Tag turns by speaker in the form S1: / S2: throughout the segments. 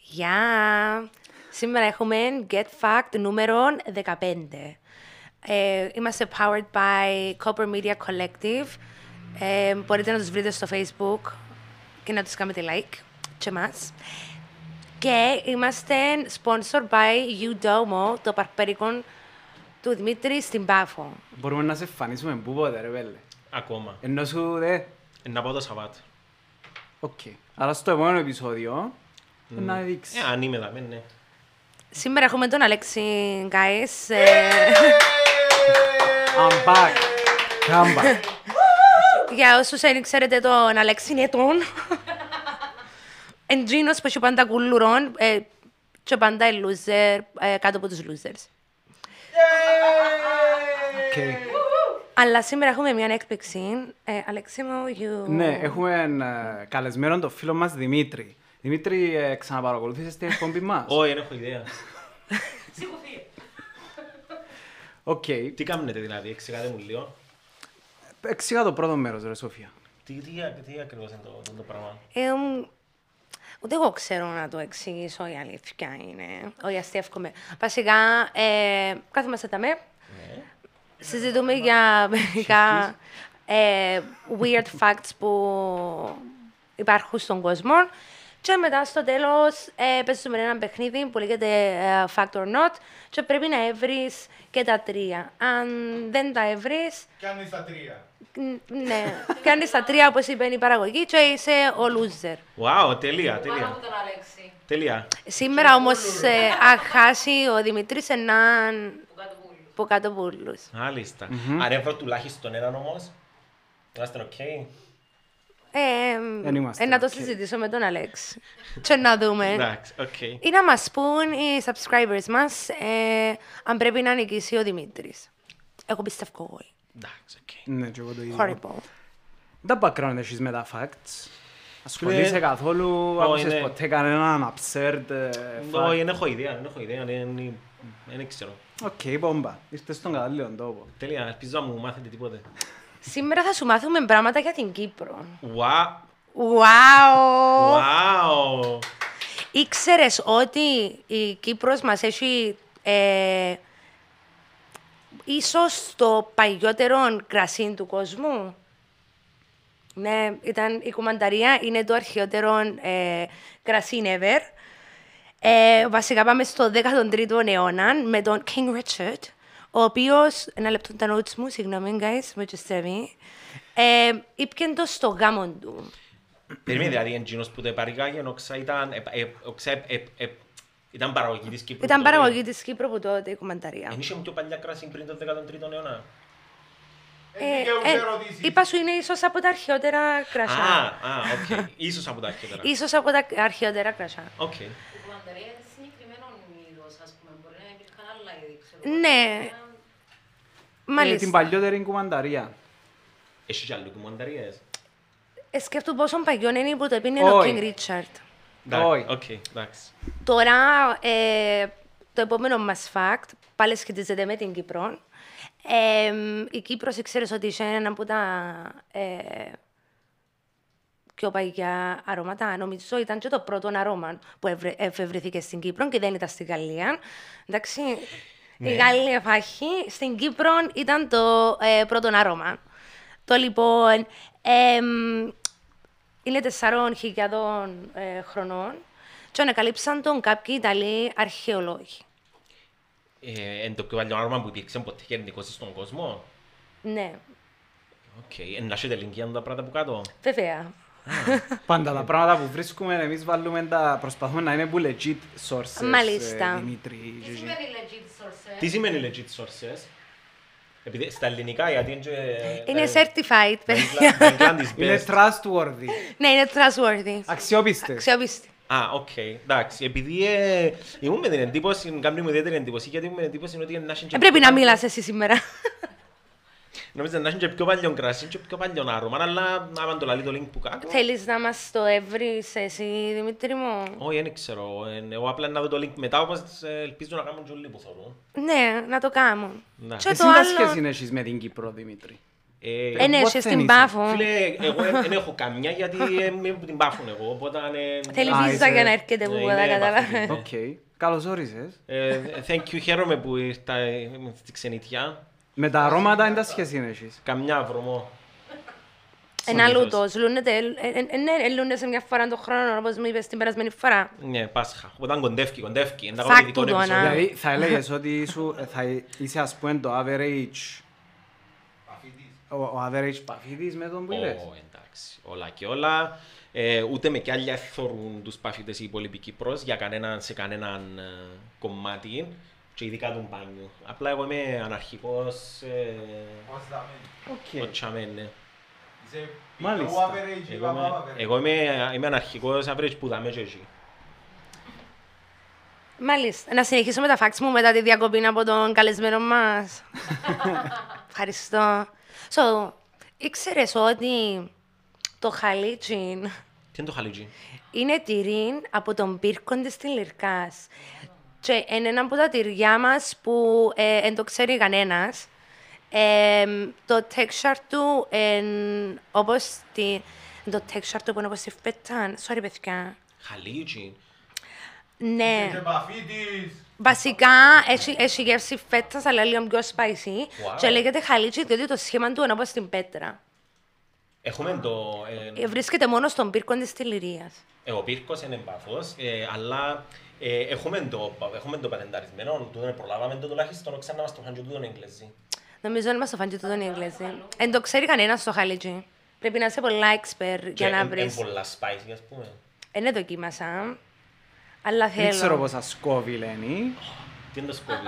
S1: Γεια! Σήμερα έχουμε Get Fact νούμερο 15. Ε, είμαστε powered by Copper Media Collective. Ε, μπορείτε να τους βρείτε στο facebook και να τους κάνετε like και εμάς. Και είμαστε sponsored by Udomo, το παρπέρικον του Δημήτρη στην Πάφο.
S2: Μπορούμε να σε εμφανίσουμε πούποτε ρε πέλε.
S3: Ακόμα.
S2: Ενώ σου δε...
S3: Ε, Να πάω το Σαββάτ.
S2: Οκ. Αλλά στο επόμενο επεισόδιο να δείξεις.
S3: Ε, αν είμαι δαμέ, ναι.
S1: Σήμερα έχουμε τον Αλέξη, guys. Ε,
S2: I'm back. Come back.
S1: Για όσους δεν ξέρετε τον Αλέξη είναι τον Εντζίνος που έχει πάντα κουλουρών ε, και πάντα είναι loser ε, κάτω από τους losers.
S2: Οκ.
S1: Αλλά σήμερα έχουμε μια έκπληξη. Ε, Αλέξη μου, you...
S2: Ναι, έχουμε ε, καλεσμένο τον φίλο μας Δημήτρη. Δημήτρη, ε, ξαναπαρακολουθήσες την εκπομπή μας.
S3: Όχι, δεν έχω ιδέα.
S2: Οκ.
S3: Τι κάνετε δηλαδή, εξηγάτε μου λίγο.
S2: Εξήγα το πρώτο μέρος ρε Σόφια.
S3: Τι, τι, α- τι ακριβώς είναι το, το πράγμα.
S1: Ε, μ, ούτε εγώ ξέρω να το εξηγήσω, η αλήθεια είναι. Όχι, αστείευκομαι. Βασικά, ε, κάθομαστε τα με,
S3: Ναι.
S1: συζητούμε για μερικά ε, weird facts που υπάρχουν στον κόσμο. Και μετά στο τέλος ε, παίζουμε ένα παιχνίδι που λέγεται ε, Fact or Not και πρέπει να έβρεις και τα τρία. Αν δεν τα έβρεις,
S4: Κάνει τα τρία.
S1: ναι, κάνει τα τρία όπως είπε η παραγωγή και είσαι ο loser.
S3: Wow, τέλεια, τέλεια. Τέλεια.
S1: Σήμερα όμως, ε, αν χάσει ο Δημητρή έναν. Που κάτω πουλούς.
S3: Μάλιστα. Άρα έβρω τουλάχιστον έναν όμως. Είμαστε οκ.
S1: Ε,
S2: Δεν είμαστε,
S1: ε, να το
S2: οκ.
S1: συζητήσω με τον Αλέξ. και να δούμε.
S3: Εντάξει, οκ.
S1: ή να μας πούν οι subscribers μας ε, αν πρέπει να νικήσει ο Δημήτρης. Εγώ πιστεύω όχι.
S3: Εντάξει, οκ.
S2: Ναι, και εγώ το ίδιο.
S1: Horrible.
S2: Τα background έχεις με τα facts. Ασχολείσαι
S3: Ναι.
S2: καθόλου,
S3: Όχι,
S2: άκουσες
S3: ναι.
S2: ποτέ κανέναν absurd ε,
S3: Όχι,
S2: fact.
S3: δεν έχω ιδέα, δεν έχω ιδέα, δεν- δεν- δεν ξέρω.
S2: Οκ, πόμπα. Ήρθες στον κατάλληλο τόπο.
S3: Τέλεια, ελπίζω να μου μάθετε τίποτε.
S1: Σήμερα θα σου μάθουμε πράγματα για την Κύπρο.
S3: Wow.
S1: Wow!
S3: Wow.
S1: Ήξερες ότι η Κύπρος μας έχει ε, ίσως το παλιότερο κρασί του κόσμου. Ναι, ήταν, η κουμανταρία είναι το αρχαιότερο ε, κρασί ever. Ε, βασικά πάμε στο 13ο αιώνα με τον King Richard, ο οποίος, ένα λεπτό τα notes μου, συγγνώμη guys, με τσεστεύει, ε, ήπιαν το στο γάμο του.
S3: Περίμενε, δηλαδή, εντζίνος που το επαρήγαγε, ο Ξα ήταν, ε, ε, ο Ξα, ε, ε, ε, ήταν παραγωγή της Κύπρου.
S1: Ήταν
S3: τότε.
S1: παραγωγή της Κύπρου που τότε η κουμανταρία.
S3: Εν είχε πιο παλιά κράση πριν τον 13ο αιώνα.
S1: Ε,
S4: Ε, και
S1: ε,
S4: ούτε ερωτήσεις.
S1: είπα σου είναι ίσως από τα αρχαιότερα κρασιά.
S3: Α, α, οκ. Ίσως από τα αρχαιότερα.
S1: Ίσως από τα αρχαιότερα κρασιά.
S3: Οκ.
S5: Η κουμανταρία είναι συγκεκριμένο είδος, ας πούμε. Μπορεί να υπήρχαν άλλα είδη, ξέρω. Ε,
S1: Ναι,
S2: Ε, Την
S1: μάλιστα.
S2: παλιότερη κουμανταρία.
S3: Έχεις και άλλου κουμανταρίες.
S1: Ε, Σκέφτομαι πόσο παγιόν είναι που το επίνει ο
S2: Όχι.
S1: King Richard.
S3: Εντάξει,
S2: Ναι, Όχι.
S3: Οκ, εντάξει.
S1: Τώρα, ε, το επόμενο μας fact, πάλι σχετίζεται με την Κύπρο. Ε, η Κύπρος, ξέρεις ότι είχε ένα από τα ε, πιο παγιά αρώματα. Νομίζω ήταν και το πρώτο αρώμα που ευρε- εφευρεθήκε στην Κύπρο και δεν ήταν στη Γαλλία. Εντάξει, η Γαλλία φάχη στην Κύπρο ήταν το ε, πρώτο αρώμα. Το λοιπόν, ε, εμ, είναι 4.000 ε, χρονών και ανακαλύψαν τον κάποιοι Ιταλοί αρχαιολόγοι.
S3: Ε, Εν το πιο παλιό άρμα που υπήρξε ποτέ γενικώς στον κόσμο.
S1: Ναι,
S3: Οκ. Ε, Να έχετε linkia τα πράγματα που κάτω.
S1: βέβαια.
S2: Πάντα τα πράγματα που βρίσκουμε εμείς βάλουμε τα... προσπαθούμε να είναι που legit sources,
S1: Μάλιστα.
S2: ε, Δημήτρη.
S5: Τι
S2: Γιώργη.
S5: σημαίνει legit source, ε?
S3: Τι σημαίνει legit sources. Επειδή στα ελληνικά γιατί είναι... και-
S1: Είναι
S3: τα-
S1: certified,
S3: τα
S1: παιδιά.
S3: England- τα England is
S2: Είναι
S3: best.
S2: trustworthy.
S1: Ναι, είναι trustworthy.
S2: Αξιόπιστες.
S1: Αξιόπιστη.
S3: Α, οκ, εντάξει. Επειδή ε, ήμουν με την εντύπωση, κάνει μου ιδιαίτερη εντύπωση, γιατί ήμουν με την εντύπωση ότι είναι να έχει και
S1: Δεν Ε, πρέπει
S3: πιο
S1: να
S3: παλιό-
S1: μιλάς εσύ σήμερα.
S3: Νομίζω να έχει και πιο παλιό κρασί και πιο παλιό άρωμα, αλλά άμα το λαλεί το link που κάτω.
S1: Θέλεις να μας το έβρεις εσύ, Δημήτρη μου.
S3: Όχι, δεν ξέρω. Ε, Εγώ απλά να δω το link μετά, όπως ε, ελπίζω να κάνουν και όλοι που θέλουν.
S1: Ναι, να το κάνω.
S3: Ναι.
S1: Και
S2: Εσύ
S1: το
S2: τι
S1: άλλο...
S2: σχέση έχεις με την Κύπρο, Δημήτρη.
S3: Ε, Ε,
S1: Εν
S2: what
S1: έρχεσαι
S2: δεν
S1: στην
S2: είσαι.
S1: πάφο.
S3: Φίλε, εγώ ε, δεν έχω καμιά γιατί ε, με την πάφουν εγώ, οπότε... ε,
S1: Θέλεις
S2: Α,
S1: βίζα
S2: είσαι-
S1: για να έρχεται
S3: ναι,
S1: που
S3: είναι
S1: δεν
S3: επαφή.
S1: κατάλαβα.
S2: Οκ. Καλώς όρισες.
S3: ε, Thank you, χαίρομαι που ήρθα ε, στη ξενιτιά.
S2: Με τα αρώματα είναι τα σχέση είναι εσείς.
S3: Καμιά βρωμό.
S1: Ένα
S3: Συνήθως.
S1: λούτο. Λούνεται. Ναι, λούνεσαι μια φορά τον χρόνο, όπως μου είπες την περασμένη φορά.
S3: Ναι, Πάσχα. Όταν κοντεύκει, κοντεύκει. Είναι τα
S1: Fact
S3: ειδικό
S1: του το,
S3: επεισόδιο.
S1: να.
S2: Δηλαδή θα έλεγες ότι ήσου- θα ε, είσαι ας πούμε το average... Ο, ο average παφίτης με τον που είδες.
S3: Ω, ε. εντάξει, όλα και όλα. Ε, ούτε με κι άλλα θωρούν τους παφίτες οι υπόλοιποι Κύπρος για κανέναν, σε κανέναν ε, κομμάτι και ειδικά του μπάνιου. Απλά εγώ είμαι αναρχικός ε,
S4: What's that mean?
S2: Οκ.
S3: ο τσαμέν, ναι.
S4: Είσαι
S2: Μάλιστα.
S4: below average,
S3: Εγώ,
S4: above
S3: είμαι,
S4: average.
S3: εγώ είμαι, είμαι αναρχικός average που δάμε και εκεί.
S1: Μάλιστα. Να συνεχίσω με τα facts μου μετά τη διακοπή από τον καλεσμένο μας. Ευχαριστώ. So, ήξερες ότι το χαλίτσιν
S3: Τι είναι το χαλίτζι.
S1: είναι τυρί από τον πύρκο τη Τηλερκά. Και είναι ένα από τα τυριά μας που ε, δεν το ξέρει κανένας. το texture του είναι όπως τη. Το texture του που είναι όπως τη φετάν. Sorry, παιδιά.
S3: Χαλίτζι.
S1: Ναι.
S4: Είσαι παφίτης.
S1: Βασικά έχει, έχει γεύση φέτας, αλλά λίγο πιο spicy.
S3: Wow.
S1: Και λέγεται χαλίτσι, διότι το σχήμα του είναι όπως στην πέτρα.
S3: Έχουμε το... ε,
S1: Ε, Βρίσκεται μόνο στον πύρκο της τηληρία.
S3: Ε, ο πύρκος είναι εμπαφός, ε, αλλά ε, έχουμε, το, έχουμε το πατενταρισμένο, τούτον προλάβαμε το τουλάχιστον, ξανά μας το φάνε και τούτον Εγγλέζι.
S1: Νομίζω ότι μας το φάνηκε τούτο οι Εγγλέζοι. Δεν το ξέρει κανένας το χαλίτσι. Πρέπει να είσαι πολλά expert για να βρει.
S3: Είναι πολλά spicy, ας πούμε.
S1: Δεν δοκίμασα. Αλλά θέλω.
S2: Δεν ξέρω πόσα σκόβι λένε.
S3: Τι είναι το σκόπι.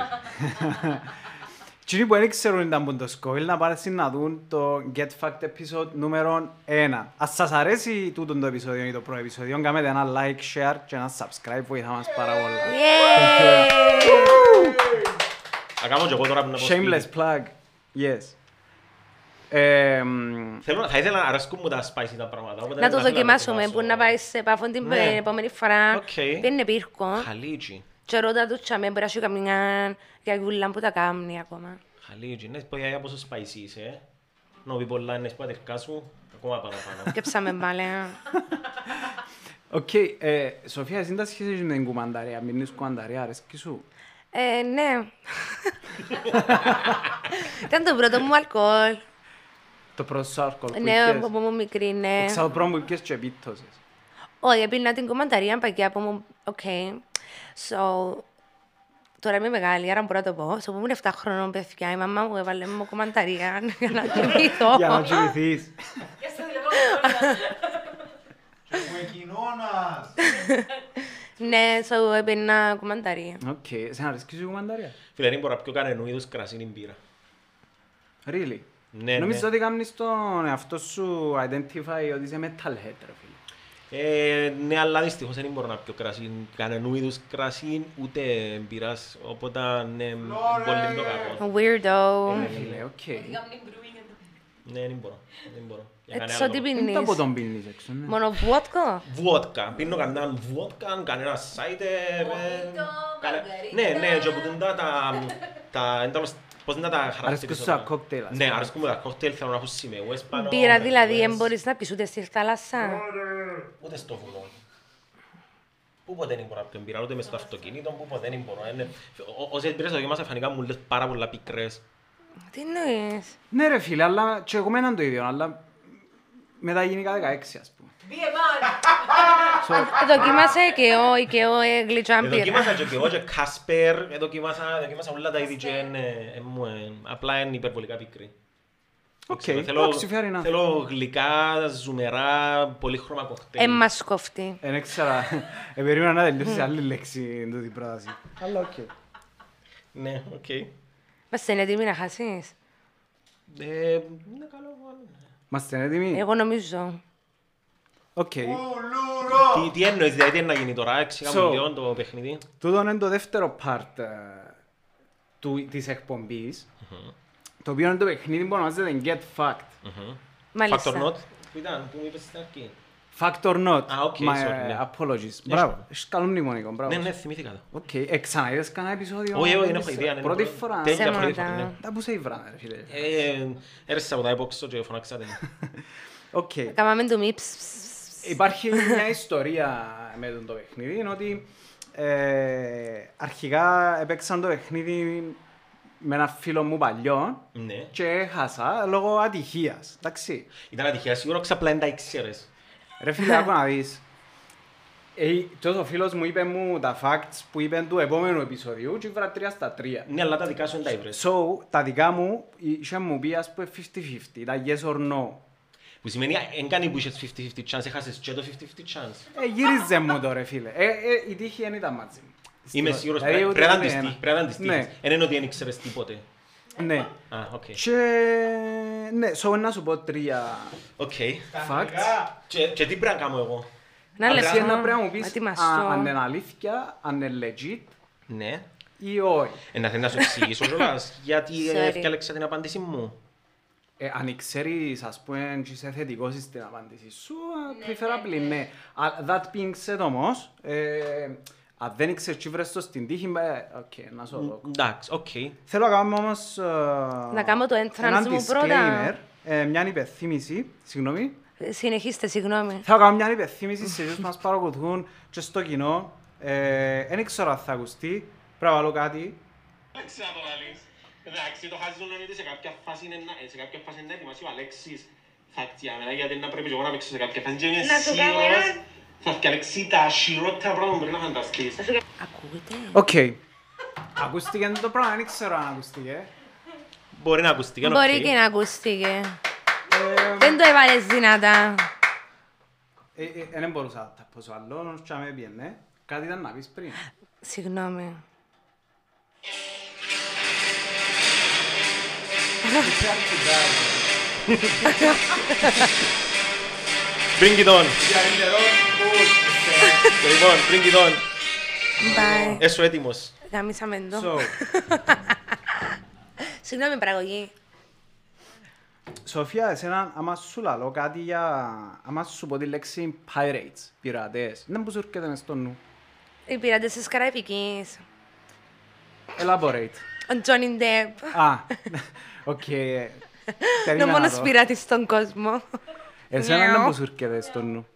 S2: Εκείνοι που δεν ξέρουν ήταν που είναι το σκόβι, να πάρουν να δουν το Get Fact Episode νούμερο 1. Ας σας αρέσει τούτο το επεισόδιο ή το πρώτο επεισόδιο, κάνετε ένα like, share και ένα subscribe, βοηθά μας πάρα πολλά.
S1: Yay!
S3: Θα κάνω και εγώ τώρα που να πω
S2: Shameless
S3: σπίτι.
S2: plug. Yes. Εμ,
S3: Θέλω, να- θα ήθελα να αρέσκουν μου τα spicy τα πράγματα. οπότε
S1: Να
S3: θα
S1: το
S3: ήθελα
S1: δοκιμάσουμε.
S3: δοκιμάσω.
S1: Που να πάει σε επαφή την
S3: Ναι.
S1: επόμενη φορά.
S3: Οκ.
S1: Πήγαινε πύρκο.
S3: Χαλίτσι.
S1: Και ρώτα τους τσαμέ, μπορεί να σου καμιά γιαγιούλα που τα κάνει ακόμα.
S3: Χαλίτσι. Ναι, πω γιαγιά πόσο spicy είσαι. ε. Να μου πει πολλά, ναι, σπάτε δικά σου. Ακόμα παραπάνω.
S1: Και ψάμε πάλι. ε.
S2: Οκ, ε, Σοφία, εσύ τα σχέσεις με την κουμανταρία, μην είσαι κουμανταρία, αρέσκει σου.
S1: Ε, ναι. Ήταν το πρώτο μου αλκοόλ.
S2: Το πρώτο σου αλκοόλ που
S1: Ναι,
S2: είχες.
S1: από που ήμουν μικρή, ναι.
S2: Ήξερα το πρώτο που είχες και επίτωσες.
S1: Όχι, πήρα την κομμανταρία, παγιά που μου... Οκ. So, τώρα είμαι μεγάλη, άρα μπορώ να το πω. So, που ήμουν 7 χρονών, παιδιά, η μαμά μου έβαλε μου κομμανταρία για να κοιμηθώ.
S2: Για να κοιμηθείς.
S5: Και στο τηλεφώνημα όλα.
S4: Και που εκοινώνας.
S1: ναι, so, πήρα κομμανταρία.
S2: Οκ, εσένα αρέσκει σου η κουμανταρία.
S3: Φίλε, δεν μπορώ να πιω κανένου είδους κρασί είναι μπύρα.
S2: Really.
S3: Ναι,
S2: Νομίζω
S3: ναι.
S2: ότι κάνεις τον εαυτό σου identify ότι είσαι metalhead, ρε φίλε.
S3: Ε, ναι, αλλά δυστυχώς δεν μπορώ να πιω κρασί, κανένου είδους κρασί, ούτε μπύρας, οπότε ναι, πολύ το κακό.
S1: Weirdo.
S2: Ρε Ε, φίλε,
S3: Ε.
S2: οκ.
S5: Ότι κάνουν brewing εν τω-
S3: Ναι, δεν μπορώ, δεν μπορώ. Για κανένα
S1: Έτσι, τι
S3: λόγο.
S2: Είναι το
S1: πίνεις.
S2: από τον πίνεις έξω, ναι.
S1: Μόνο βότκα.
S3: Βότκα. Πίνω κανέναν βότκα, κανένα σάιτερ. ε,
S5: Μojito,
S3: κανέ-
S5: μαργαρίτα.
S3: Ναι, ναι, και που τα... τα, τα εν τέλος, πώς να τα χαρακτηρίσω.
S2: Αρέσκουν σου
S3: τώρα.
S2: τα κόκτελ, ας
S3: Ναι,
S2: πούμε.
S3: αρέσκουν μου τα κόκτελ, θέλω να έχω σημαίους πάνω.
S1: Μπύρα δηλαδή,
S3: ρεβουές.
S1: δεν μπορείς να πεις ούτε στη θάλασσα.
S3: Ούτε στο βουνό. Πού ποτέ δεν μπορώ να πιω μπύρα, ούτε μες στο αυτοκίνητο, πού ποτέ δεν μπορώ. είναι- ό- Όσες μπύρες δοκιμάσα φανικά μου λες πάρα πολλά πικρές.
S1: Τι εννοείς.
S2: Ναι ρε φίλε, αλλά και εγώ μέναν το ίδιο, αλλά μετά γενικά 16 ας πούμε.
S5: Be a man.
S1: Ε, Δοκίμασε και ο ή και ο ε,
S3: Ε,
S1: γλυτσάμπιρα.
S3: Δοκίμασα και εγώ και Κάσπερ, ε, δοκίμασα δοκίμασα όλα τα είδη και εν, ε, εν μου, ε, απλά είναι υπερβολικά πικρή.
S2: Οκ,
S3: Ξέρω, θέλω,
S2: εντάξει, fair enough.
S3: θέλω γλυκά, ζουμερά, πολύχρωμα κοκτέιλ.
S1: Ε, μας κοφτεί.
S2: Δεν ήξερα, ναι, ε, περίμενα να τελειώσει άλλη λέξη τούτη πρόταση. Αλλά οκ.
S3: Ναι, οκ.
S1: Μας είναι έτοιμοι να χάσεις.
S3: Ε, είναι καλό βάλε.
S2: Είμαστε έτοιμοι.
S1: Εγώ νομίζω.
S2: Οκ.
S4: Ουλούρο.
S3: Τι, τι εννοείς, δηλαδή τι είναι να γίνει τώρα, εξήγα
S2: So.
S3: μου λίγο το παιχνίδι.
S2: Τούτο είναι το δεύτερο part ε, του- της εκπομπής, το οποίο είναι το παιχνίδι που ονομάζεται Get Fact.
S3: Μμμ. Fact or
S1: Μάλιστα.
S3: not. Που ήταν, που μου είπες στην αρχή.
S2: Fact or not.
S3: Α, οκ,
S2: My
S3: sorry, ναι.
S2: apologies.
S3: πρόβλημα.
S2: Μπράβο. Έχεις καλό μνημονικό. Μπράβο.
S3: Ναι, ναι, θυμήθηκα το.
S2: Οκ. Ε, ξαναείδες κανένα επεισόδιο.
S3: Όχι, όχι,
S2: Δεν
S3: δεν έχω
S2: ξέρω.
S3: ιδέα. ναι,
S2: Πρώτη
S3: ναι.
S2: φορά.
S3: Τέλεια,
S1: Ψέματα.
S3: πρώτη φορά, ναι.
S2: Τα που σε ήβρανε, ρε φίλε.
S3: Ε, Έρθες από τα υπόξω και φωνάξατε.
S2: Οκ.
S1: Κάμαμε του μη ψ, ψ, ψ, ψ.
S2: Υπάρχει μια ιστορία με τον το παιχνίδι, είναι ότι ε, αρχικά έπαιξαν το παιχνίδι με ένα φίλο μου παλιό
S3: Ναι.
S2: και έχασα λόγω ατυχίας, εντάξει.
S3: Ήταν ατυχία, σίγουρα ξαπλά δεν τα ήξερες.
S2: Ρε φίλε, άκου να δεις. Ε, τότε ο φίλος μου είπε μου τα facts που είπε του επόμενου επεισοδιού και ήβρα τρία στα τρία.
S3: Ναι, αλλά τα δικά σου δεν τα ήβρες.
S2: So, τα δικά μου είχε μου πει ας πούμε 50-50, ήταν yes or no.
S3: Που σημαίνει, δεν κάνει που είχες 50-50 chance, έχασες και το 50-50 chance.
S2: Ε, γύριζε μου το ρε φίλε. Ε, ε, η τύχη δεν ήταν μαζί μου.
S3: Είμαι σίγουρος,
S2: Δηλαδή,
S3: πρέπει
S2: ούτε
S3: πρέπει
S2: με
S3: να αντιστοίχεις,
S2: ένα.
S3: πρέπει να
S2: Ναι,
S3: αντιστοίχεις. Εν είναι ότι δεν ήξερες τίποτε.
S2: ναι.
S3: Α, οκ.
S2: Και ναι, so να σου πω τρία
S3: Οκ.
S2: facts.
S4: Αγγλικά.
S3: Και και τι πρέπει να κάνω εγώ.
S1: Να
S2: Εσύ
S1: λεπτό,
S2: να πρέπει να μου
S1: να
S2: πεις
S1: ετοιμαστώ.
S2: α, ναι. αν είναι αλήθεια, αν είναι legit
S3: Ναι.
S2: ή όχι.
S3: Ε, να θέλω να σου εξηγήσω κιόλας, γιατί
S1: Sorry.
S3: έφτιαξα την απάντηση μου.
S2: Ε, αν ξέρεις, ας πούμε, και είσαι θετικός στην απάντησή σου,
S5: Ναι,
S2: preferably
S5: ναι,
S2: ναι. Α, That being said όμως, ε, αν δεν ήξερες τι βρες το στην τύχη, ε, οκ, να σου δω.
S3: Εντάξει, οκ.
S2: Θέλω να κάνουμε όμως... ε,
S1: Να κάνω το entrance
S2: έναν
S1: μου πρώτα.
S2: disclaimer, ε, μια υπενθύμηση, συγγνώμη.
S1: Συνεχίστε, συγγνώμη.
S2: Θα κάνω μια υπενθύμηση σε όσους μας παρακολουθούν και στο κοινό. Ε, Δεν ξέρω αν θα ακουστεί. Πρέπει να βάλω κάτι.
S3: Εντάξει, να το λαλείς. Εντάξει, το χάζι του Λεωνίδη σε κάποια φάση είναι να- σε κάποια φάση είναι να ετοιμάσει ο Αλέξης χαρτιάμενα, γιατί να πρέπει και εγώ να παίξω σε κάποια φάση και είμαι
S5: Να σου κάνω
S3: σίγουρος
S5: ένα-
S3: θα φτιάξει τα χειρότερα πράγματα που μπορεί να φανταστείς.
S1: Ακούγεται.
S2: Οκ. Ακούστηκε το πράγμα, δεν ξέρω αν ακούστηκε.
S3: Μπορεί να ακουστεί, είναι
S1: Μπορεί
S3: οκ.
S1: και να ακούστηκε.
S2: Ε,
S1: Δεν το έβαλες δυνατά.
S2: ε, ε, ε, Δεν μπορούσα να τα πω σε άλλο, και με πιένε. Κάτι ήταν να πεις πριν.
S1: Συγγνώμη.
S3: Bring it on.
S4: Διαλυτερός.
S3: Λοιπόν, bring it on.
S1: Bye.
S3: Έσου έτοιμος.
S1: Γαμίσαμε
S2: So,
S1: το. Συγγνώμη, παραγωγή.
S2: Σοφία, εσένα, άμα σου λαλώ κάτι για... Άμα σου πω τη λέξη pirates, πειρατές, δεν μου σου έρχεται μες στο νου.
S1: Οι πειρατές της Καραϊπικής.
S2: Elaborate.
S1: Ο Τζόνι Ντεπ.
S2: Α, οκ. ε,
S1: Είναι ο
S2: Περίμενα
S1: μόνος
S2: το.
S1: πειράτης στον κόσμο.
S2: Εσένα
S1: Νιάου.
S2: να πως έρχεται στο νου.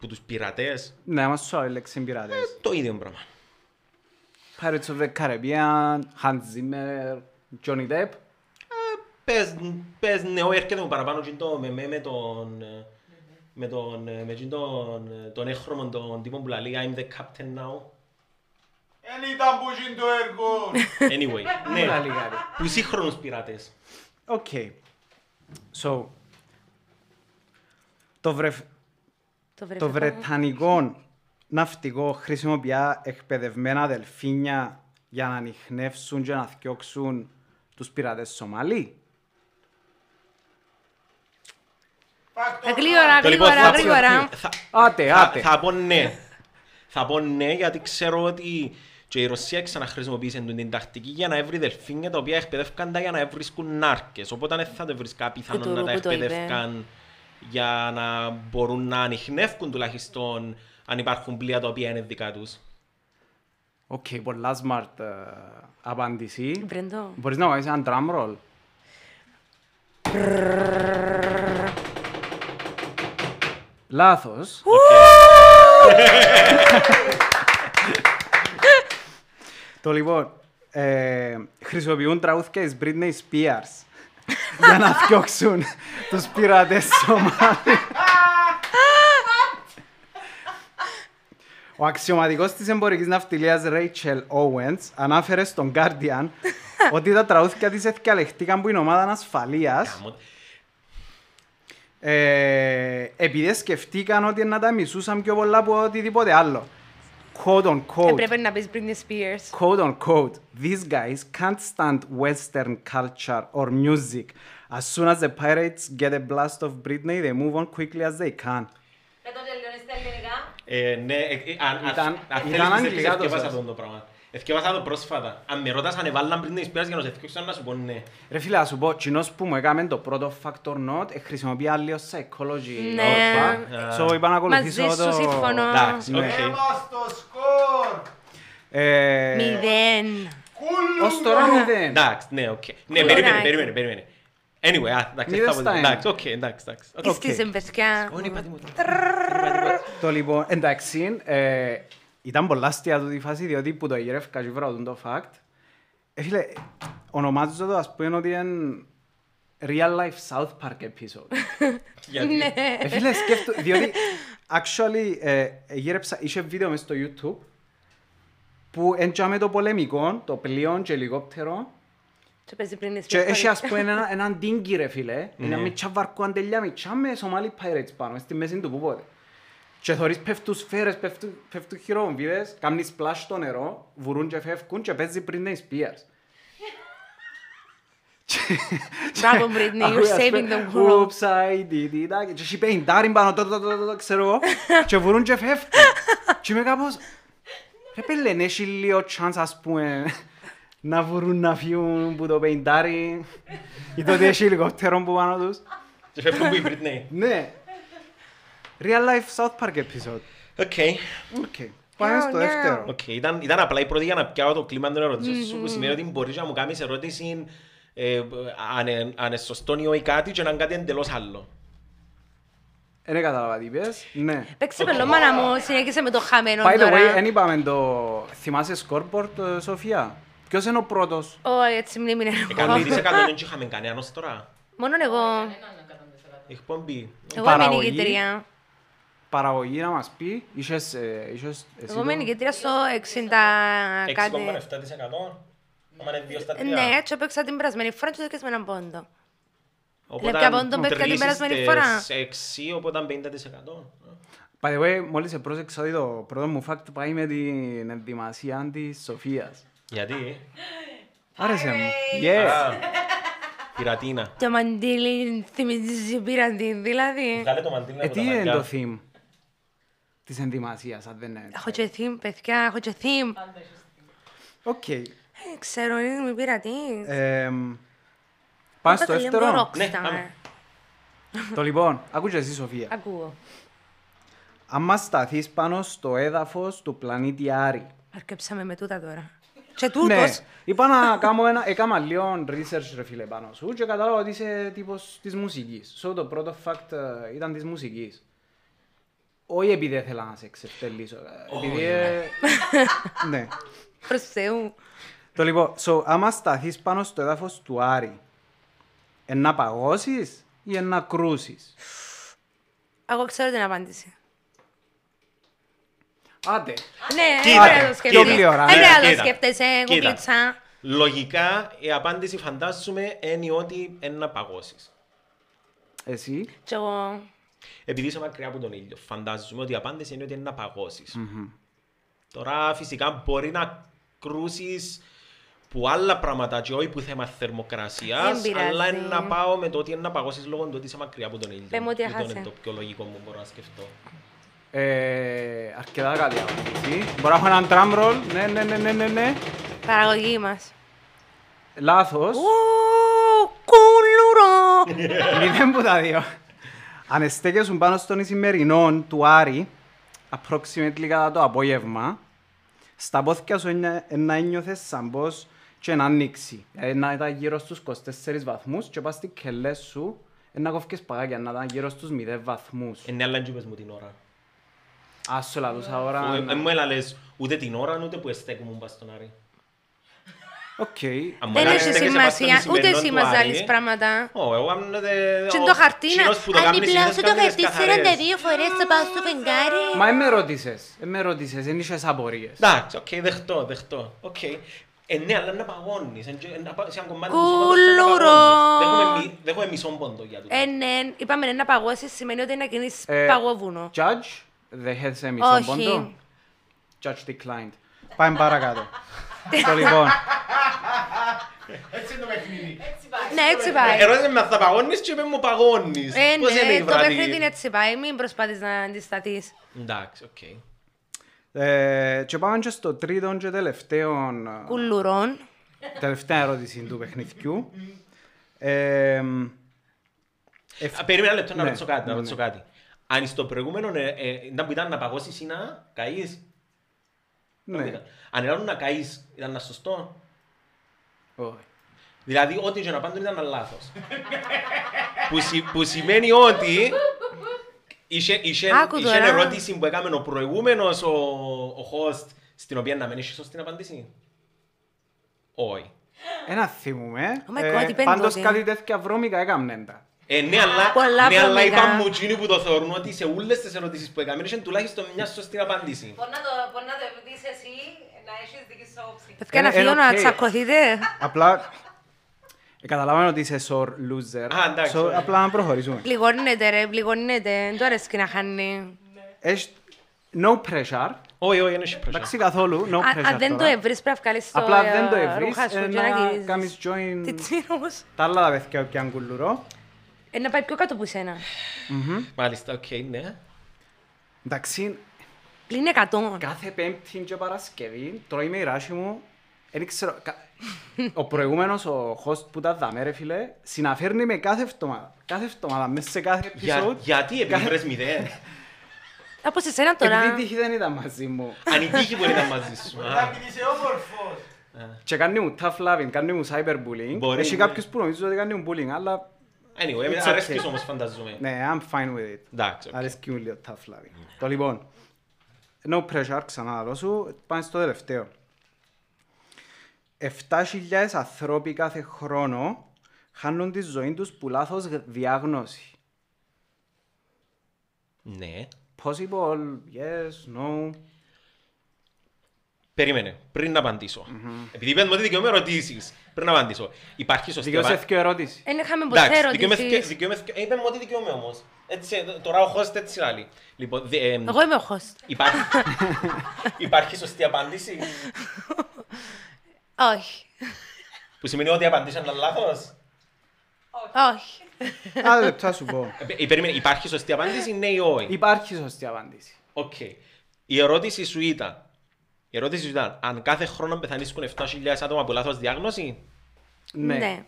S3: Που τους πειρατές,
S2: Ναι, μας σου άλεξε πειράτες.
S3: Ε, το ίδιο πράγμα.
S2: Pirates of the Caribbean, Hans Zimmer, Johnny Depp.
S3: Ε, Πες, πες νεό, έρχεται μου παραπάνω τζιν το με, με, με τον... ε, Με τον, ε, με τζιν τον, ε, τον έχρωμο τον τύπο που λέει I'm the captain now.
S4: Εν ήταν που γίνει το έργο.
S3: Anyway, ναι.
S2: Πάλι κάτι.
S3: Που σύγχρονους πειρατές.
S2: Οκ. So, το, βρε,
S1: Το
S2: το
S1: βρεθώ.
S2: βρετανικό ναυτικό χρησιμοποιεί εκπαιδευμένα δελφίνια για να ανοιχνεύσουν και να θιώξουν τους πειρατές Σομαλί.
S4: Fact or
S1: Α,
S4: not.
S1: Ε, Γλύωρα,
S3: Το λοιπόν,
S1: γλύωρα,
S3: θα-
S1: γλύωρα.
S3: θα-
S2: Άτε,
S3: θα-
S2: άτε.
S3: Θα πω ναι. Θα πω ναι γιατί ξέρω ότι και η Ρωσία ξαναχρησιμοποίησε τον την τακτική για να έβρει δελφίνια τα οποία εκπαιδεύκαν τα για να έβρισκουν νάρκες. Οπότε δεν θα το βρίσκα πιθανό
S1: Κουτουρού
S3: να τα
S1: που το είπε.
S3: εκπαιδεύκαν για να μπορούν να ανοιχνεύκουν τουλάχιστον αν υπάρχουν πλοία τα οποία είναι δικά τους.
S2: Οκ, πολλά smart ε, απάντηση.
S1: Μπρεντό.
S2: Μπορείς να κάνεις έναν drum roll. Λάθος. Το λοιπόν, ε, χρησιμοποιούν τραγούδια της Britney Spears για να φτιάξουν τους πειρατές Σομάλι. Ο αξιωματικός της εμπορικής ναυτιλίας Rachel Owens ανάφερε στον Guardian ότι τα τραγούδια της εθιαλεχτήκαν που η ομάδα ανασφαλείας
S3: Καμό-
S2: ε, επειδή σκεφτήκαν ότι να τα μισούσαν πιο πολλά από οτιδήποτε άλλο. Quote on quote.
S1: Έπρεπε Ε, να πεις Britney Spears.
S2: quote unquote, these guys can't stand Western culture or music. As soon as the pirates get a blast of Britney, they move on quickly as they can.
S5: Δεν το τελειώνεις τα ελληνικά.
S3: Ε, ναι, ε, ε, αν- αν-
S2: Ήταν-
S3: αν
S2: ήταν
S3: θέλεις να
S2: αγγλικά το
S3: σκεφτείς
S2: σας.
S3: αυτό το πράγμα. Εθιέβασα το πρόσφατα. Αν με ρώτας αν εβάλλαν πριν την εισπέραση για να σε εθιώξω να σου πω ναι.
S2: Ρε φίλε, να σου πω, κοινός που μου έκαμε το πρώτο factor not, ε, χρησιμοποιεί άλλη ως psychology.
S1: Ναι.
S2: όπα. So, είπα να ακολουθήσω
S1: Μαζί σου
S2: το...
S1: συμφωνώ.
S2: Εντάξει, ναι.
S3: Οκ.
S4: Έβα στο σκορ.
S2: Ε,
S1: Μηδέν.
S4: Κούλου.
S2: Ως τώρα μηδέν.
S3: Εντάξει, ναι, οκ. Ναι,
S1: Alright.
S3: περίμενε, περίμενε, περίμενε. Anyway, α, εντάξει,
S2: Μηδέν
S3: αυτά
S2: στα
S3: που-
S2: ένα.
S3: εντάξει, οκ, εντάξει, εντάξει. οκ.
S1: Εις τη ζεμπερκιά.
S3: Όχι, είπα τίποτα. Είπα τίποτα.
S2: Το λοιπόν, εντάξει, ε, ήταν πολλά αστεία τούτη η φάση, διότι που το γυρεύκα και βράδουν το fact. Ε, φίλε, ονομάζω το ας πούμε ότι είναι real life South Park episode.
S3: Γιατί.
S2: ε, φίλε, σκέφτω, διότι actually ε, γύρεψα, είχε βίντεο μες στο YouTube που εντιαμε το πολεμικό, το πλοίο και ελικόπτερο
S1: Και παίζει πριν
S2: και
S1: εισπέραση.
S2: έχει ας πούμε ένα, έναν τίνκι ρε φίλε, ένα μητσά βαρκουαντελιά μητσά με Somali Pirates πάνω, στη μέση του πουποτε. Και θωρείς πέφτουν σφαίρες, πέφτουν, πέφτουν χειρόμβιδες, κάνουν splash στο νερό, βουρούν και φεύγουν και παίζει πριν Britney Spears.
S1: Μπράβο, Britney,
S2: Ακούει,
S1: you're
S2: ας
S1: saving
S2: πούμε,
S1: the world.
S2: Oops, I did it again. Και έχει πεντάρι πάνω, το, το, το, το, το, ξέρω εγώ. Και βουρούν και φεύγουν. Και είμαι κάπως... Ρε πέλε, ναι, έχει λίγο chance, ας πούμε, να βουρούν να φύγουν που το πεντάρι. Ή τότε έχει ελικόπτερο που πάνω τους.
S3: Και φεύγουν που η Britney.
S2: Ναι. Real life South Park episode.
S3: Οκ.
S2: Οκ. Πάμε
S1: Oh,
S2: στο
S1: no.
S2: δεύτερο.
S3: Οκ, ήταν, ήταν απλά η πρώτη για να πιάω το κλίμα των ερωτήσεων σου, που σημαίνει ότι μπορείς να μου κάνεις ερώτηση ε, αν, ε- αν είναι σωστό ή όχι κάτι και να είναι κάτι εντελώς άλλο.
S2: Δεν κατάλαβα τι είπες. Ναι.
S1: Παίξε πελό, μάνα μου, συνέχισε με το χαμένο
S2: By the way,
S1: τώρα.
S2: δεν είπαμε το... Θυμάσαι scoreboard, ε, Σοφία. Ποιος είναι ο πρώτος.
S1: Ω, έτσι μνήμη είναι
S2: Ε,
S3: Εκατό
S1: εγώ.
S3: της εκατό δεν είχαμε κανένας ως τώρα.
S1: Μόνο εγώ.
S3: Εκπομπή.
S1: Εγώ είμαι
S2: Παραγωγή.
S1: νικητήρια.
S2: παραγωγή να μας πει, είχες, ε, είχες εσύ
S1: Εγώ είμαι
S2: το-
S1: νικητήρια στο 60 κάτι.
S3: 6,7%. Άμα είναι δύο στα τρία.
S1: Ναι, έτσι έπαιξα την περασμένη φορά και το δίκες με έναν πόντο.
S3: Οπότε
S1: Λεπτά
S3: αν
S1: πόντο παίχτηκε την
S3: τρίσεις
S1: περασμένη
S3: τις
S1: φορά.
S3: Έξι, οπότε 50%.
S2: By the way, μόλις σε πρόσεξα ότι το πρώτο μου fact πάει με την ενδυμασία της Σοφίας.
S3: Γιατί?
S2: Άρεσε μου. Yes.
S3: Α, Πειρατίνα.
S1: Το μαντήλι θυμίζει πήραντι, δηλαδή.
S3: Βγάλε το μαντήλι
S2: Ε,
S3: από ναι, τα
S2: τι είναι το
S3: μαλλιά.
S2: theme της ενδυμασίας, αν δεν είναι.
S1: Έχω και θύμ, παιδιά, έχω και θύμ.
S2: Οκ.
S1: Ε, Ξέρω, είναι μη πειρατή.
S2: Εμ, Πάμε στο δεύτερο.
S3: Ναι, πάμε.
S2: Το λοιπόν, άκουσε εσύ Σοφία.
S1: Ακούω.
S2: Αν μας σταθείς πάνω στο έδαφος του πλανήτη Άρη.
S1: Αρκέψαμε με τούτα τώρα. Και
S2: Ναι,
S1: τούτος.
S2: είπα να κάνω ένα, έκανα λίγο research ρε φίλε πάνω σου και κατάλαβα ότι είσαι τύπος της μουσικής. So το πρώτο fact ε, ήταν της μουσικής. Όχι επειδή ήθελα να σε ξεφτελίσω, ε, επειδή... ε, ναι.
S1: Προς Θεού.
S2: Το λοιπόν, so άμα σταθείς πάνω στο έδαφος του Άρη, ε, να παγώσεις ή ε, να κρούσεις.
S1: Εγώ ξέρω την απάντηση.
S2: Άντε.
S1: Ναι,
S3: Κοίτα,
S1: δεν να το
S3: κοίτα,
S1: σκεφτείς. Δεν
S2: κοίτα,
S1: πρέπει να Ε, ναι, το
S3: κοίτα,
S1: σκέφτεσαι, εγώ
S3: κοίτα.
S1: κλείτσα.
S3: Λογικά, η απάντηση φαντάζομαι είναι ότι είναι να παγώσεις.
S2: Εσύ.
S1: Κι εγώ.
S3: Επειδή είσαι μακριά από τον ήλιο, φαντάζομαι ότι η απάντηση είναι ότι είναι να παγωσεις Τώρα φυσικά μπορεί να κρούσεις που άλλα πράγματα και όχι που θέμα
S1: Δεν
S3: θερμοκρασίας,
S1: πειράζει.
S3: αλλά είναι να πάω με το ότι είναι να παγώσεις λόγω του ότι είσαι μακριά από τον ήλιο.
S1: Πες μου ότι
S3: Τούτο
S1: έχασε.
S3: είναι το πιο λογικό που μπορώ να σκεφτώ.
S2: Ε, αρκετά καλή απάντηση. Μπορώ να έχω έναν drum roll. Ναι, ναι, ναι, ναι, ναι, ναι.
S1: Παραγωγή μας.
S2: Λάθος.
S1: Ου, Κουλουρό.
S2: Μηδέν που τα δύο. Αν στέκεσουν πάνω στον ησημερινό του Άρη, approximately κατά το απόγευμα, στα πόθηκια σου ένια- να ένιωθες σαν πως και να ανοίξει. Ε, Να ήταν γύρω στους 24 βαθμούς και πας στην κελέ σου ε, να κόφκες παγάκια, να ήταν γύρω στους 0 βαθμούς.
S3: Ε, Ναι, αλλά δεν πες μου την ώρα.
S2: Ας σου λαλούσα ώρα...
S3: Δεν ε, μου έλαλες ούτε την ώρα, ούτε που εστέκουμε πας στον Άρη.
S2: Οκ.
S3: Αν μου
S1: Δεν
S3: έλαλες,
S1: έχει
S3: στέκεσαι πας στον
S1: σημασία, ούτε
S3: ησημερινό
S1: εσύ
S3: του
S1: μας
S3: Άρη.
S1: ζάλεις πράγματα.
S3: Ω, εγώ αν δεν-
S1: Και
S3: ο-
S1: το χαρτί να...
S3: εκείνος που το
S1: Αν
S3: κάνει
S1: διπλάσω
S3: συνήθως
S1: το
S3: κάνει τις
S1: χαρτί
S3: καθαρές.
S1: 42 φορές θα πάω στο φεγγάρι.
S2: Μα με ρώτησες, ε, με ρώτησες, δεν είχες απορίες.
S3: Εντάξει, οκ, δεχτώ, δεχτώ. Οκ. Ε, ναι, αλλά να παγώνεις. εν- εν- να πα- Σε ένα κομμάτι του σώματος πρέπει να
S1: Κουλουρό.
S3: παγώνεις. Δεν έχουμε μι- Δεν έχουμε μισό πόντο για τούτο.
S1: Ε, ναι, είπαμε ναι, να παγώσεις σημαίνει ότι να κινείς
S2: Ε,
S1: παγόβουνο.
S2: Judge, δέχεσαι μισό πόντο.
S1: Όχι.
S2: Judge declined. Πάμε παρακάτω. Το λοιπόν,
S4: Έτσι είναι το παιχνίδι.
S1: Ναι, έτσι πάει.
S3: Ε, Ερώτησε με θα παγώνεις και είπε μου παγώνεις.
S1: Ε,
S3: Πώς είναι
S1: ναι,
S3: η
S1: το
S3: βραδύ?
S1: παιχνίδι είναι έτσι πάει, μην προσπαθείς να αντισταθείς.
S3: Εντάξει, οκ.
S2: Ε, και πάμε και στο τρίτο και τελευταίο.
S1: Κουλουρών.
S2: Τελευταία ερώτηση του παιχνιδιού. Ε, ευ-
S3: Α, Περίμενα λεπτό να
S2: Ναι,
S3: ρωτήσω κάτι. Να
S2: ναι,
S3: ρωτήσω
S2: ναι.
S3: κάτι. Αν στο προηγούμενο ε, ε, ήταν που ήταν να παγώσεις ή να καείς.
S2: ναι.
S3: Αν ήταν να καείς ήταν να σωστό.
S2: Όχι.
S3: Δηλαδή ό,τι και να πάντων ήταν λάθος. που, συ- που σημαίνει ότι είχε, είχε,
S1: Άκου
S3: είχε
S1: τώρα.
S3: ερώτηση που έκαμε ο προηγούμενος ο, ο host στην οποία να μην είχε σωστή απάντηση. Όχι.
S2: Ένα θυμούμε. Ε,
S1: Oh my God, τι παίρνει
S2: πάντως
S1: τότε.
S2: κάτι τέτοια βρώμικα έκαμνε τα.
S3: Ε, ναι, αλλά,
S1: Πολλά
S3: ναι, αλλά
S1: βρώμικα.
S3: είπαν μου εκείνοι που το θεωρούν ότι σε όλες τις ερωτήσεις που έκαμε είχε τουλάχιστον μια σωστή απάντηση.
S5: Μπορεί να το, μπορεί να το δεις εσύ, να έχεις δική σου όψη.
S1: Παιδιά, να
S2: Ε, ε,
S1: φύγω να
S2: οκ.
S1: τσακωθείτε.
S2: Απλά ε, καταλαβαίνω ότι είσαι sore loser.
S3: Α, εντάξει,
S2: So,
S3: ωραία.
S2: απλά να προχωρήσουμε.
S1: Πληγώνεται ρε, πληγώνεται. Δεν του αρέσκει να χάνει.
S2: Έχεις no pressure.
S3: Όχι, όχι, δεν έχει
S2: Εντάξει καθόλου, no pressure
S1: Α- Αν δεν το
S2: τώρα.
S1: ευρείς πρέπει να βγάλεις το
S2: Απλά
S1: ε,
S2: δεν το ευρείς,
S1: ρούχα σου
S2: ε,
S1: και να
S2: να
S1: γυρίσεις.
S2: κάνεις
S1: Τι
S2: join
S1: τσίνος.
S2: τα άλλα τα παιδιά που πιάνουν κουλουρό.
S1: Ε, να πάει πιο κάτω από σένα.
S3: Μάλιστα, οκ, ναι.
S2: Εντάξει,
S1: Πλην 100.
S2: κάθε Πέμπτη και Παρασκευή τρώει με η ράση μου. Δεν ξέρω. κα- ο προηγούμενος, ο host που τα δάμε, ρε φίλε, συναφέρνει με κάθε εβδομάδα. Κάθε εβδομάδα, μέσα σε κάθε
S3: Για,
S2: επεισόδιο.
S3: γιατί επειδή
S2: Κάθε-
S3: βρες μηδέν.
S1: Από σε σένα
S2: Επειδή
S1: τώρα.
S2: η τύχη δεν ήταν μαζί μου.
S3: Αν η τύχη μπορεί να ήταν μαζί σου.
S2: Ah.
S4: Μπορεί να
S3: Α,
S4: μην είσαι όμορφος.
S2: Και κάνει μου tough loving, κάνει μου cyberbullying.
S3: Μπορεί,
S2: Έχει
S3: ναι.
S2: κάποιους που νομίζουν ότι κάνει μου bullying, αλλά
S3: Anyway,
S2: It's okay.
S3: αρέσκεις όμως φανταζούμε.
S2: ναι, I'm fine with it.
S3: Εντάξει, οκ.
S2: Αρέσκει μου λίγο tough loving. Το λοιπόν, no pressure ξανά λαλώ σου, πάμε στο τελευταίο. 7.000 ανθρώποι κάθε χρόνο χάνουν τη ζωή τους που λάθος γ- διάγνωση.
S3: Ναι.
S2: Possible, yes, no.
S3: Περίμενε, πριν να απαντήσω. Επειδή είπες μου ότι δικαιούμαι ερωτήσεις, πριν να απαντήσω. Υπάρχει σωστή
S2: Δικαιώς
S3: απάντηση.
S2: έφυγε ερώτηση.
S1: Δεν είχαμε ποτέ
S3: Εντάξει, δικαιούμαι ευκαι-
S1: ερωτήσεις.
S3: δικαιούμαι ευκαι- Είπε μου ότι δικαιούμαι όμως. Έτσι, ε, τώρα ο host έτσι λάλλει. Λοιπόν, δε- εμ,
S1: Εγώ είμαι ο host.
S3: υπάρχει, υπάρχει σωστή απάντηση,
S1: Όχι.
S3: που σημαίνει ότι απαντήσαν λάθος.
S1: Όχι.
S2: Άλλο λεπτό θα σου πω.
S3: Ε, ε, περίμενε, υπάρχει σωστή απάντηση, ναι ή όχι.
S2: Υπάρχει σωστή απάντηση.
S3: Οκ. Η ερώτηση σου ήταν. Η ερώτηση σου ήταν, αν κάθε χρόνο πεθανίσκουν 7.000 άτομα από λάθος διάγνωση,
S1: Ναι.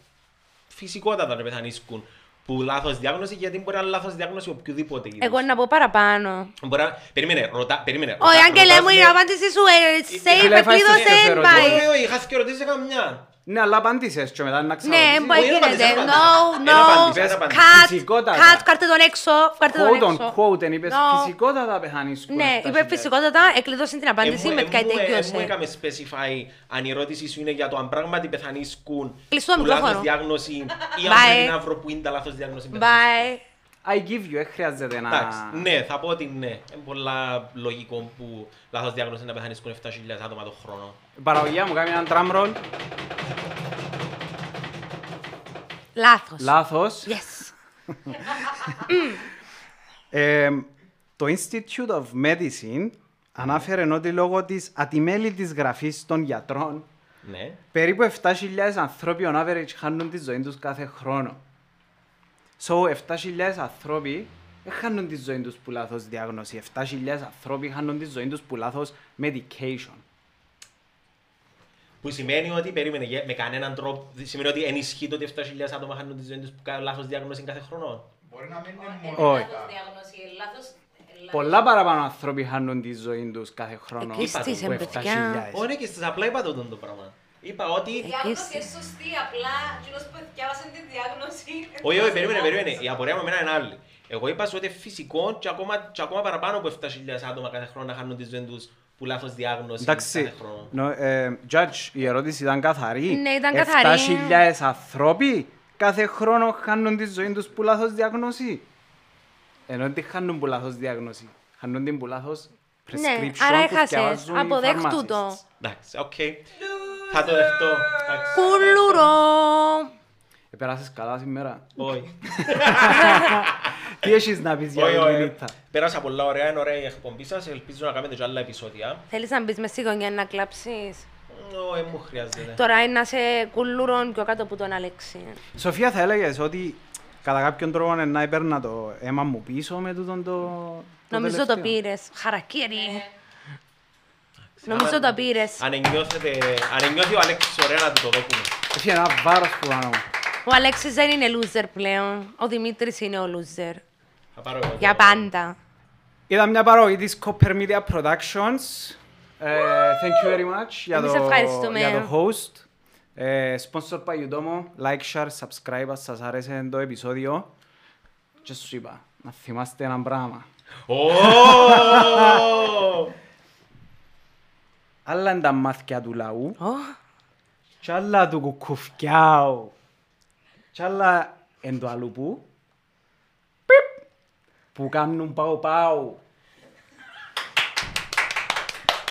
S3: φυσικότατα να πεθανίσκουν που λάθος διάγνωση, γιατί μπορεί να είναι λάθος διάγνωση οποιοδήποτε. είδους.
S1: Εγώ να πω παραπάνω.
S3: Μπορεί να... Περίμενε, ρωτά. Περίμενε.
S1: Όχι,
S3: ρωτά-
S1: Άγγελε
S3: ρωτάς
S1: μου,
S3: με-
S1: η απάντηση σου, ε, safe,
S2: Φίλε, φάεις το
S1: επλήδωσε,
S2: δεύτερο
S1: bye.
S3: Όχι, όχι, είχα και ερωτήσει σε καμιά.
S2: Ναι, αλλά απάντησες και μετά να
S1: Ναι,
S2: ξαναρωτήσεις.
S1: μπορεί
S3: Όχι, δεν
S1: να γίνεται.
S3: απάντησα,
S1: No,
S3: δεν
S1: no,
S3: απάντησα, δεν απάντησα.
S1: cut,
S2: Φυσικότατα.
S1: cut, κάρτε τον έξω, κάρτε τον
S2: Quote on
S1: έξω.
S2: quote, εν είπες
S1: No.
S2: φυσικότατα πεθανίσκουν.
S1: Ναι,
S2: 7.000.
S1: είπε φυσικότατα, εκλειδώσε την απάντηση
S3: Ε, μου-
S1: με
S3: ε, μου-
S1: κάτι
S3: ε,
S1: τέτοιο.
S3: Μου
S1: σε.
S3: έκαμε specify αν η ερώτηση σου είναι για το αν πράγματι πεθανίσκουν
S1: Κλειστό
S3: που λάθος
S1: μικρόφωνο. ε.
S3: διάγνωση ή αν
S1: Bye.
S3: πρέπει να βρω που είναι τα λάθος διάγνωση. πεθανίσκουν.
S1: Bye.
S2: I give you, ε, χρειάζεται να...
S3: Εντάξει, ναι, θα πω ότι ναι. Είναι πολλά λογικό που λάθος διάγνωση να πεθανίσκουν 7.000 άτομα το χρόνο.
S2: Παραγωγιά μου κάνει έναν drum roll.
S1: Λάθος.
S2: Λάθος.
S1: Yes.
S2: Ε, το Institute of Medicine ανάφερε ότι λόγω της ατιμέλητης γραφής των γιατρών
S3: Ναι.
S2: περίπου 7.000 ανθρώποι on average χάνουν τη ζωή τους κάθε χρόνο. So, 7.000 άνθρωποι δεν χάνουν τη ζωή τους που λάθος διάγνωση. 7.000 άνθρωποι χάνουν τη ζωή τους που λάθος medication.
S3: Που σημαίνει ότι περίμενε γε- με κανέναν τρόπο. Σημαίνει ότι ενισχύει το ότι 7.000 άτομα χάνουν τη ζωή τους που κάνουν λάθος διάγνωση κάθε χρόνο.
S4: Μπορεί να μην
S3: Ε,
S4: είναι
S5: Είναι
S4: μόνο.
S2: Όχι.
S5: Ε, λάθος διάγνωση, είναι λάθος... είναι λάθος.
S2: Πολλά παραπάνω άνθρωποι χάνουν τη ζωή τους κάθε χρόνο.
S1: Εκείς
S3: είπα
S1: τις
S3: το,
S2: από
S1: εμπαιδιά.
S2: 7.000.
S3: Όχι, ναι, και στις απλά είπα το τον το πράγμα. Είπα ότι.
S5: Η διάγνωση είναι σωστή, απλά εκείνος που διάβασε τη διάγνωση...
S3: Όχι,
S5: ε,
S3: όχι, περίμενε, περίμενε. Η απορία μου εμένα είναι άλλη. Εγώ είπα σου ότι είναι φυσικό και ακόμα, και ακόμα παραπάνω από 7.000 άτομα κάθε χρόνο να χάνουν τη ζωή τους που λάθος διάγνωση κάθε
S2: Εντάξει,
S3: χρόνο.
S2: νο, ε, Judge, η ερώτηση ήταν καθαρή.
S1: Ναι, ήταν καθαρή.
S2: 7.000 άνθρωποι κάθε χρόνο χάνουν τη ζωή τους που λάθος διάγνωση. Ενώ τι χάνουν που λάθος διάγνωση. Χάνουν την που λάθος prescription
S1: Ναι, άρα
S2: που
S1: έχασες.
S2: φτιάζουν οι
S1: Αποδέχτου το.
S2: pharmacists.
S3: Εντάξει, οκ. Θα το δεχτώ. Εντάξει.
S1: Κουλουρό.
S2: Επέρασες Ε, καλά σήμερα.
S3: Όχι.
S2: τι έχεις να πεις για
S3: Όχι,
S2: την
S3: όχι.
S2: Ελίτα.
S3: Πέρασα πολλά ωραία, είναι ωραία η εκπομπή σας. Ελπίζω να κάνετε και άλλα επεισόδια.
S1: Θέλεις να μπεις μες στη γωνιά να κλάψεις.
S3: Όχι, μου χρειάζεται.
S2: Ε.
S1: Τώρα είναι να σε κουλουρών πιο κάτω από τον Αλέξη.
S2: Σοφία, θα έλεγες ότι κατά κάποιον τρόπο είναι να έπαιρνα το αίμα μου πίσω με τούτον το... το
S1: Νομίζω το
S2: τελευταίο. Ε.
S1: πήρες. Χαρακτήρι. Νομίζω τα πήρες.
S3: Αν νιώθετε- αν νιώθει ο Αλέξης ωραία να του το δώσουμε.
S2: Έχει ένα βάρος που κάνω.
S1: Ο Αλέξης δεν είναι loser πλέον. Ο Δημήτρης είναι ο loser.
S3: Θα πάρω εγώ.
S1: Για
S3: το-
S1: πάντα.
S2: Ήταν μια παρόγη της Copper Media Productions. Ε, thank you very much για
S1: Εμείς
S2: το,
S1: ευχαριστούμε.
S2: για το host. Ε, sponsor by Udomo. Like, share, subscribe αν σας άρεσε το επεισόδιο. Και σου είπα, να θυμάστε ένα πράγμα.
S3: Ω!
S2: Άλλα είναι τα μάθηκια του λαού.
S1: Ω,
S2: Κι άλλα του κουκουφκιάου. Κι άλλα εν το αλουπού. Πιπ. Που κάνουν πάω πάω.